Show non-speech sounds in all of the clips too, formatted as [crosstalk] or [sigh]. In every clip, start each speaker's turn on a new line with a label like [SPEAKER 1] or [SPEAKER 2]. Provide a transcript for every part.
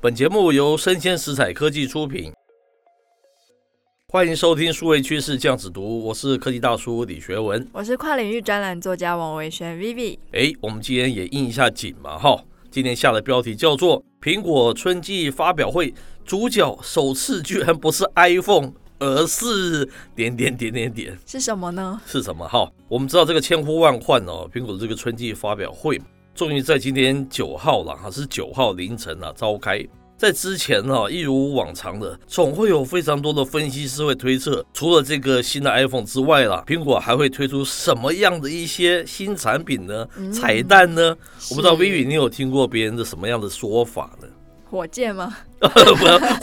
[SPEAKER 1] 本节目由生鲜食材科技出品，欢迎收听数位趋势酱子读，我是科技大叔李学文。
[SPEAKER 2] 我是跨领域专栏作家王维轩 Vivi。
[SPEAKER 1] 诶，我们今天也应一下景嘛哈。今天下的标题叫做“苹果春季发表会主角首次居然不是 iPhone，而是点点点点点
[SPEAKER 2] 是什么呢？
[SPEAKER 1] 是什么哈？”我们知道这个千呼万唤哦，苹果的这个春季发表会终于在今天九号了哈，是九号凌晨啊召开。在之前呢、一如往常的，总会有非常多的分析师会推测，除了这个新的 iPhone 之外啦，苹果还会推出什么样的一些新产品呢？
[SPEAKER 2] 嗯
[SPEAKER 1] 彩蛋呢？我不知道
[SPEAKER 2] 是
[SPEAKER 1] Vivi，你有听过别人的什么样的说法呢？ [laughs]
[SPEAKER 2] 火箭吗？
[SPEAKER 1] 不，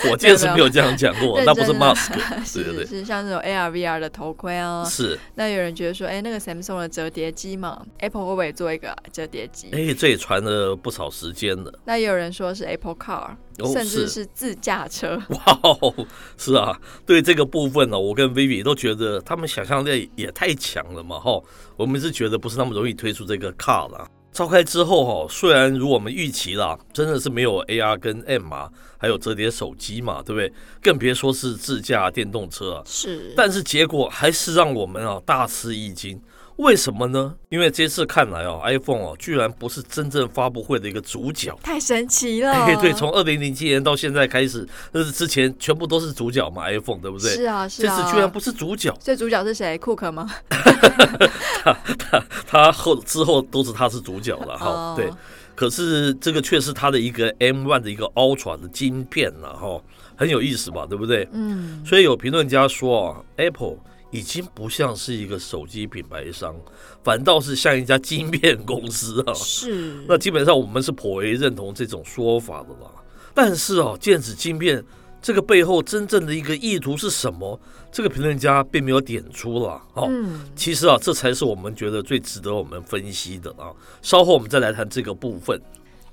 [SPEAKER 1] 火箭是没有这样讲过，
[SPEAKER 2] 认真啊
[SPEAKER 1] 那不是
[SPEAKER 2] 的
[SPEAKER 1] Musk，对
[SPEAKER 2] 是
[SPEAKER 1] 对
[SPEAKER 2] 是
[SPEAKER 1] 对，
[SPEAKER 2] [laughs] 是，像这种 AR、VR 的头盔啊。
[SPEAKER 1] 是，
[SPEAKER 2] 那有人觉得说，哎、那个 Samsung 的折叠机嘛，Apple 会不会做一个折叠机？
[SPEAKER 1] 哎，这也传了不少时间了。
[SPEAKER 2] 那也有人说是 Apple Car，、
[SPEAKER 1] 哦
[SPEAKER 2] 甚至
[SPEAKER 1] 是
[SPEAKER 2] 是自驾车。
[SPEAKER 1] [laughs] 哇哦，是啊，对这个部分呢、哦我跟 Vivi 都觉得他们想象力也太强了嘛，哈，我们是觉得不是那么容易推出这个 car 啦。召开之后哈、虽然如我们预期啦，真的是没有 AR 跟 MR，还有折叠手机嘛，对不对？更别说是自驾电动车啊。
[SPEAKER 2] 是，
[SPEAKER 1] 但是结果还是让我们啊大吃一惊。为什么呢？因为这次看来啊，iPhone 哦、居然不是真正发布会的一个主角。
[SPEAKER 2] 太神奇了。
[SPEAKER 1] 嘿嘿，哎 [laughs] 对，从二零零七年到现在开始，那是之前全部都是主角嘛，iPhone 对不对？
[SPEAKER 2] 是啊是
[SPEAKER 1] 这
[SPEAKER 2] 啊，
[SPEAKER 1] 次居然不是主角，
[SPEAKER 2] 所以主角是谁？库克吗？
[SPEAKER 1] 他后之后都是他是主角了哈
[SPEAKER 2] 哦。
[SPEAKER 1] 对，可是这个却是他的一个 M1 的一个 Ultra 的晶片了哈，很有意思吧，对不对？
[SPEAKER 2] 嗯，
[SPEAKER 1] 所以有评论家说啊，Apple 已经不像是一个手机品牌商，反倒是像一家晶片公司啊。
[SPEAKER 2] 是。
[SPEAKER 1] 那基本上我们是颇为认同这种说法的啦。但是啊，电子晶片这个背后真正的一个意图是什么？这个评论家并没有点出啦。哦。
[SPEAKER 2] 嗯，
[SPEAKER 1] 其实啊，这才是我们觉得最值得我们分析的啊。稍后我们再来谈这个部分。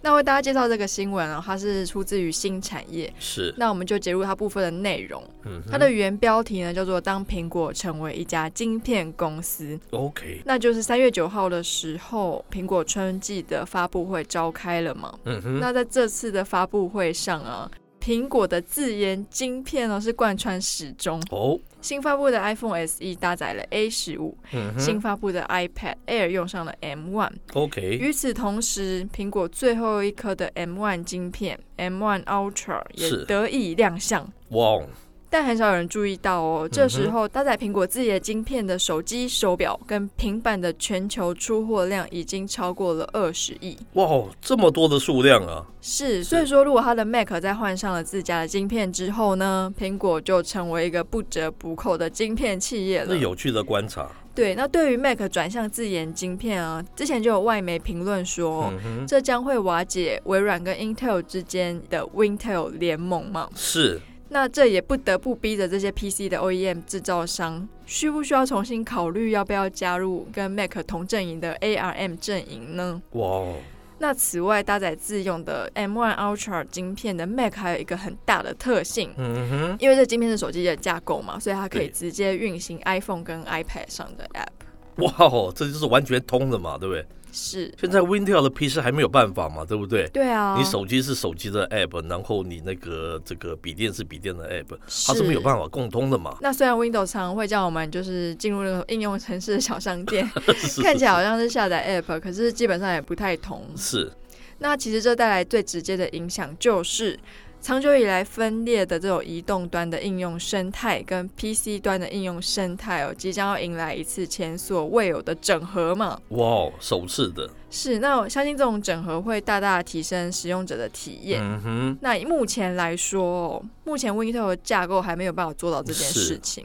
[SPEAKER 2] 那为大家介绍这个新闻啊，它是出自于新产业，
[SPEAKER 1] 是，
[SPEAKER 2] 那我们就截入它部分的内容。
[SPEAKER 1] 嗯哼，
[SPEAKER 2] 它的原标题呢叫做“当苹果成为一家晶片公司
[SPEAKER 1] OK，”，
[SPEAKER 2] 那就是三月九号的时候，苹果春季的发布会召开了嘛。
[SPEAKER 1] 嗯哼，
[SPEAKER 2] 那在这次的发布会上啊，苹果的自研晶片呢是贯穿始终。
[SPEAKER 1] 哦，
[SPEAKER 2] 新发布的 iPhone SE 搭载了 A 十五，
[SPEAKER 1] 嗯
[SPEAKER 2] 新
[SPEAKER 1] 哼
[SPEAKER 2] 发布的 iPad Air 用上了 M one。
[SPEAKER 1] ，OK，
[SPEAKER 2] 与此同时，苹果最后一颗的 M1 晶片 M1 Ultra 也
[SPEAKER 1] 是
[SPEAKER 2] 得以亮相。
[SPEAKER 1] 哇哦，
[SPEAKER 2] 但很少有人注意到哦，
[SPEAKER 1] 嗯
[SPEAKER 2] 这
[SPEAKER 1] 哼
[SPEAKER 2] 时候搭载苹果自己的晶片的手机、手表跟平板的全球出货量已经超过了二十亿。
[SPEAKER 1] 哇哦，这么多的数量啊！
[SPEAKER 2] 是，所以说如果它的 Mac 在换上了自家的晶片之后呢，苹果就成为一个不折不扣的晶片企业
[SPEAKER 1] 那
[SPEAKER 2] 了。
[SPEAKER 1] 有趣的观察，
[SPEAKER 2] 对，那对于 Mac 转向自研晶片啊，之前就有外媒评论说，
[SPEAKER 1] 嗯哼，
[SPEAKER 2] 这将会瓦解微软跟 Intel 之间的 Wintel 联盟嘛？
[SPEAKER 1] 是
[SPEAKER 2] 那这也不得不逼着这些 PC 的 OEM 制造商，需不需要重新考虑要不要加入跟 Mac 同阵营的 ARM 阵营呢？
[SPEAKER 1] 哇哦，
[SPEAKER 2] 那此外，搭载自用的 M1 Ultra 晶片的 Mac 还有一个很大的特性。
[SPEAKER 1] 嗯哼，
[SPEAKER 2] 因为这晶片是手机的架构嘛，所以它可以
[SPEAKER 1] 对
[SPEAKER 2] 直接运行 iPhone 跟 iPad 上的 App。
[SPEAKER 1] 哇哦，这就是完全通的嘛，对不对？
[SPEAKER 2] 是，
[SPEAKER 1] 现在 Wintel 的 PC 还没有办法嘛，对不对？
[SPEAKER 2] 对啊，
[SPEAKER 1] 你手机是手机的 app，然后你那个这个笔电是笔电的 app，
[SPEAKER 2] 是
[SPEAKER 1] 它是没有办法共通的嘛？ [laughs]
[SPEAKER 2] 那虽然 Windows 常常会叫我们就是进入那个应用程式的小商店，
[SPEAKER 1] [laughs] 是
[SPEAKER 2] 看起来好像是下载 App，可是基本上也不太同。
[SPEAKER 1] 是
[SPEAKER 2] 那其实这带来最直接的影响就是，长久以来分裂的这种移动端的应用生态跟 PC 端的应用生态哦，即将要迎来一次前所未有的整合嘛。
[SPEAKER 1] 哇哦，首次的，
[SPEAKER 2] 是，那我相信这种整合会大大提升使用者的体验。
[SPEAKER 1] 嗯哼，
[SPEAKER 2] 那以目前来说哦，目前 Wintel 的架构还没有办法做到这件
[SPEAKER 1] 是
[SPEAKER 2] 事情。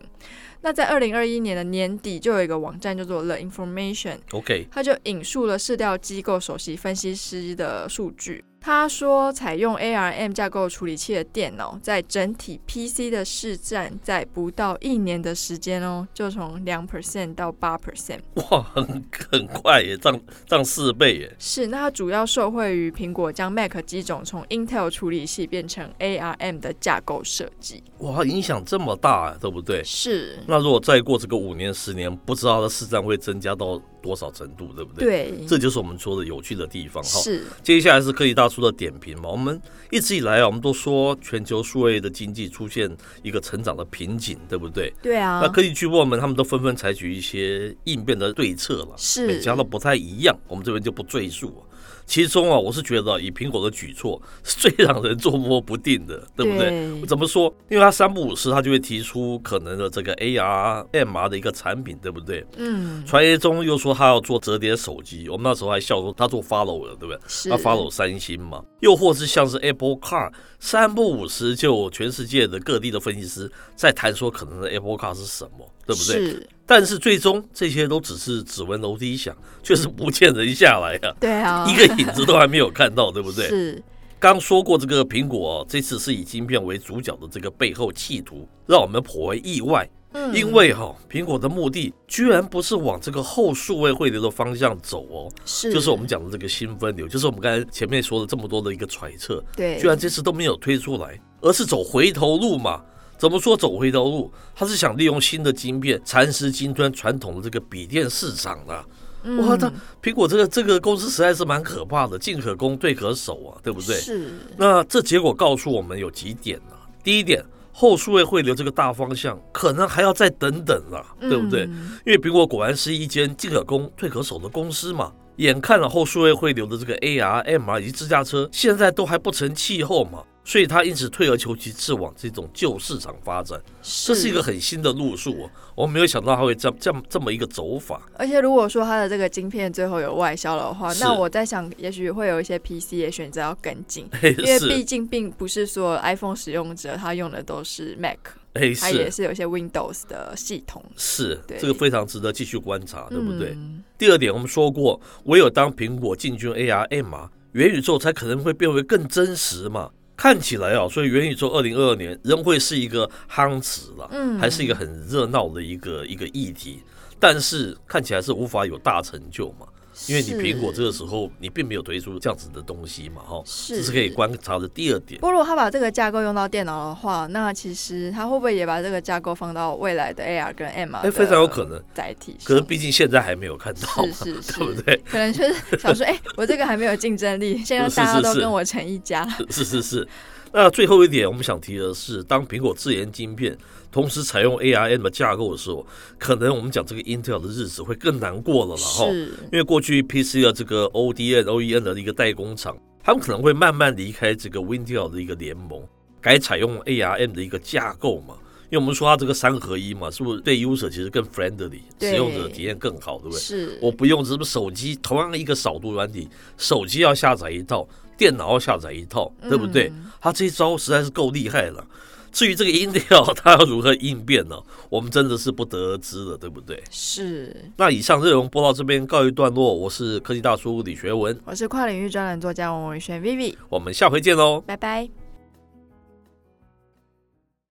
[SPEAKER 2] 那在二零二一年的年底，就有一个网站叫做 The Information，
[SPEAKER 1] ，OK，
[SPEAKER 2] 它就引述了市调机构首席分析师的数据。他说，采用 ARM 架构处理器的电脑，在整体 PC 的市占，在不到一年的时间哦，就从两 percent 到八 percent。
[SPEAKER 1] 哇，很很快耶，涨涨四倍耶，
[SPEAKER 2] 是，那它主要受惠于苹果将 Mac 机种从 Intel 处理器变成 ARM 的架构设计。
[SPEAKER 1] 哇，影响这么大、啊，对不对？
[SPEAKER 2] 是，
[SPEAKER 1] 那如果再过这个五年、十年，不知道它市占会增加到多少程度，对不对？
[SPEAKER 2] 对，
[SPEAKER 1] 这就是我们说的有趣的地方哈。
[SPEAKER 2] 是
[SPEAKER 1] 接下来是科技大叔的点评嘛。我们一直以来啊，我们都说全球数位的经济出现一个成长的瓶颈，对不对？
[SPEAKER 2] 对啊
[SPEAKER 1] 那，科技巨擘们他们都纷纷采取一些应变的对策了，
[SPEAKER 2] 是
[SPEAKER 1] 每家都不太一样，我们这边就不赘述啊。其中啊，我是觉得以苹果的举措 [laughs] 是最让人捉摸不定的，对不对？怎么说？因为他三不五时，他就会提出可能的这个 AR、MR 的一个产品，对不对？
[SPEAKER 2] 嗯，
[SPEAKER 1] 传言中又说他要做折叠手机，我们那时候还笑说他做 follow 了，对不对？
[SPEAKER 2] 是
[SPEAKER 1] 他 follow 三星嘛，又或是像是 Apple Car，三不五时就有全世界的各地的分析师在谈说可能的 Apple Car 是什么，对不对？
[SPEAKER 2] 是，
[SPEAKER 1] 但是最终这些都只是指纹楼梯响，却是不见人下来呀、
[SPEAKER 2] 对啊，
[SPEAKER 1] 一个影子都还没有看到，对不对？
[SPEAKER 2] 是
[SPEAKER 1] 刚说过这个苹果、哦、这次是以晶片为主角的这个背后企图，让我们颇为意外。
[SPEAKER 2] 嗯，
[SPEAKER 1] 因为哈、苹果的目的居然不是往这个后数位汇流的方向走哦，
[SPEAKER 2] 是
[SPEAKER 1] 就是我们讲的这个新分流，就是我们刚才前面说了这么多的一个揣测，
[SPEAKER 2] 对，
[SPEAKER 1] 居然这次都没有推出来，而是走回头路嘛。怎么说走回头路？他是想利用新的晶片蚕食今天传统的这个笔电市场啊。哇，
[SPEAKER 2] 嗯
[SPEAKER 1] 他苹果这个这个公司实在是蛮可怕的，进可攻，退可守啊，对不对？
[SPEAKER 2] 是
[SPEAKER 1] 那这结果告诉我们有几点呢、第一点，后数位汇流这个大方向可能还要再等等啦、对不对？
[SPEAKER 2] 嗯
[SPEAKER 1] 因为苹果果然是一间进可攻退可守的公司嘛。眼看了后数位汇流的这个 AR、MR 以及自驾车，现在都还不成气候嘛，所以它因此退而求其次往这种旧市场发展，这是一个，很新的路数、哦。我没有想到它会这样这样这么一个走法。
[SPEAKER 2] 而且如果说它的这个晶片最后有外销的话，
[SPEAKER 1] 是
[SPEAKER 2] 那我在想，也许会有一些 PC 也选择要跟进，
[SPEAKER 1] 嘿
[SPEAKER 2] 因
[SPEAKER 1] [laughs]
[SPEAKER 2] 为
[SPEAKER 1] 是
[SPEAKER 2] 毕，竟并不是所有 iPhone 使用者他用的都是 Mac，
[SPEAKER 1] 哎
[SPEAKER 2] 它也
[SPEAKER 1] 是
[SPEAKER 2] 是有一些 Windows 的系统，
[SPEAKER 1] 是，
[SPEAKER 2] 对
[SPEAKER 1] 这个非常值得继续观察，对不对？
[SPEAKER 2] 嗯
[SPEAKER 1] 第二点，我们说过，唯有当苹果进军 AR、MR，元啊宇宙才可能会变为更真实嘛。看起来啊，所以元宇宙二零二二年仍会是一个夯词啦，
[SPEAKER 2] 嗯
[SPEAKER 1] 还是一个很热闹的一个一个议题。但是看起来是无法有大成就嘛，因为你
[SPEAKER 2] 是
[SPEAKER 1] 苹果这个时候你并没有推出这样子的东西嘛，哈，
[SPEAKER 2] 是
[SPEAKER 1] 这是可以观察的第二点
[SPEAKER 2] 不。过如果他把这个架构用到电脑的话，那其实他会不会也把这个架构放到未来的 AR 跟 MR？
[SPEAKER 1] 哎，非常有可能，
[SPEAKER 2] 载体上。
[SPEAKER 1] 可是毕竟现在还没有看到嘛，
[SPEAKER 2] 是是是
[SPEAKER 1] [laughs] 对不对？
[SPEAKER 2] 可能就是想说，哎、我这个还没有竞争
[SPEAKER 1] [laughs]
[SPEAKER 2] 力，现在
[SPEAKER 1] 是是
[SPEAKER 2] 大家都
[SPEAKER 1] 是
[SPEAKER 2] 跟我成一家。
[SPEAKER 1] [laughs] 是是是。那最后一点，我们想提的是，当苹果自研晶片，同时采用 ARM 的架构的时候，可能我们讲这个 Intel 的日子会更难过了了哈。
[SPEAKER 2] 是
[SPEAKER 1] 因为过去 PC 的这个 ODM、OEM E 的一个代工厂，他们可能会慢慢离开这个 Intel 的一个联盟，改采用 ARM 的一个架构嘛。因为我们说它这个三合一嘛，是不是对 user 其实更 friendly，
[SPEAKER 2] 对
[SPEAKER 1] 使用者体验更好，对不对？
[SPEAKER 2] 是，
[SPEAKER 1] 我不用什么手机，同样一个扫毒软体，手机要下载一套，电脑要下载一套，对不对？
[SPEAKER 2] 嗯
[SPEAKER 1] 他这一招实在是够厉害了。至于这个 Intel [laughs] 它要如何应变呢？我们真的是不得而知了，对不对？
[SPEAKER 2] 是。
[SPEAKER 1] 那以上内容播到这边告一段落，我是科技大叔李学文，
[SPEAKER 2] 我是跨领域专栏作家王文轩 Vivi，
[SPEAKER 1] 我们下回见喽。
[SPEAKER 2] 拜拜。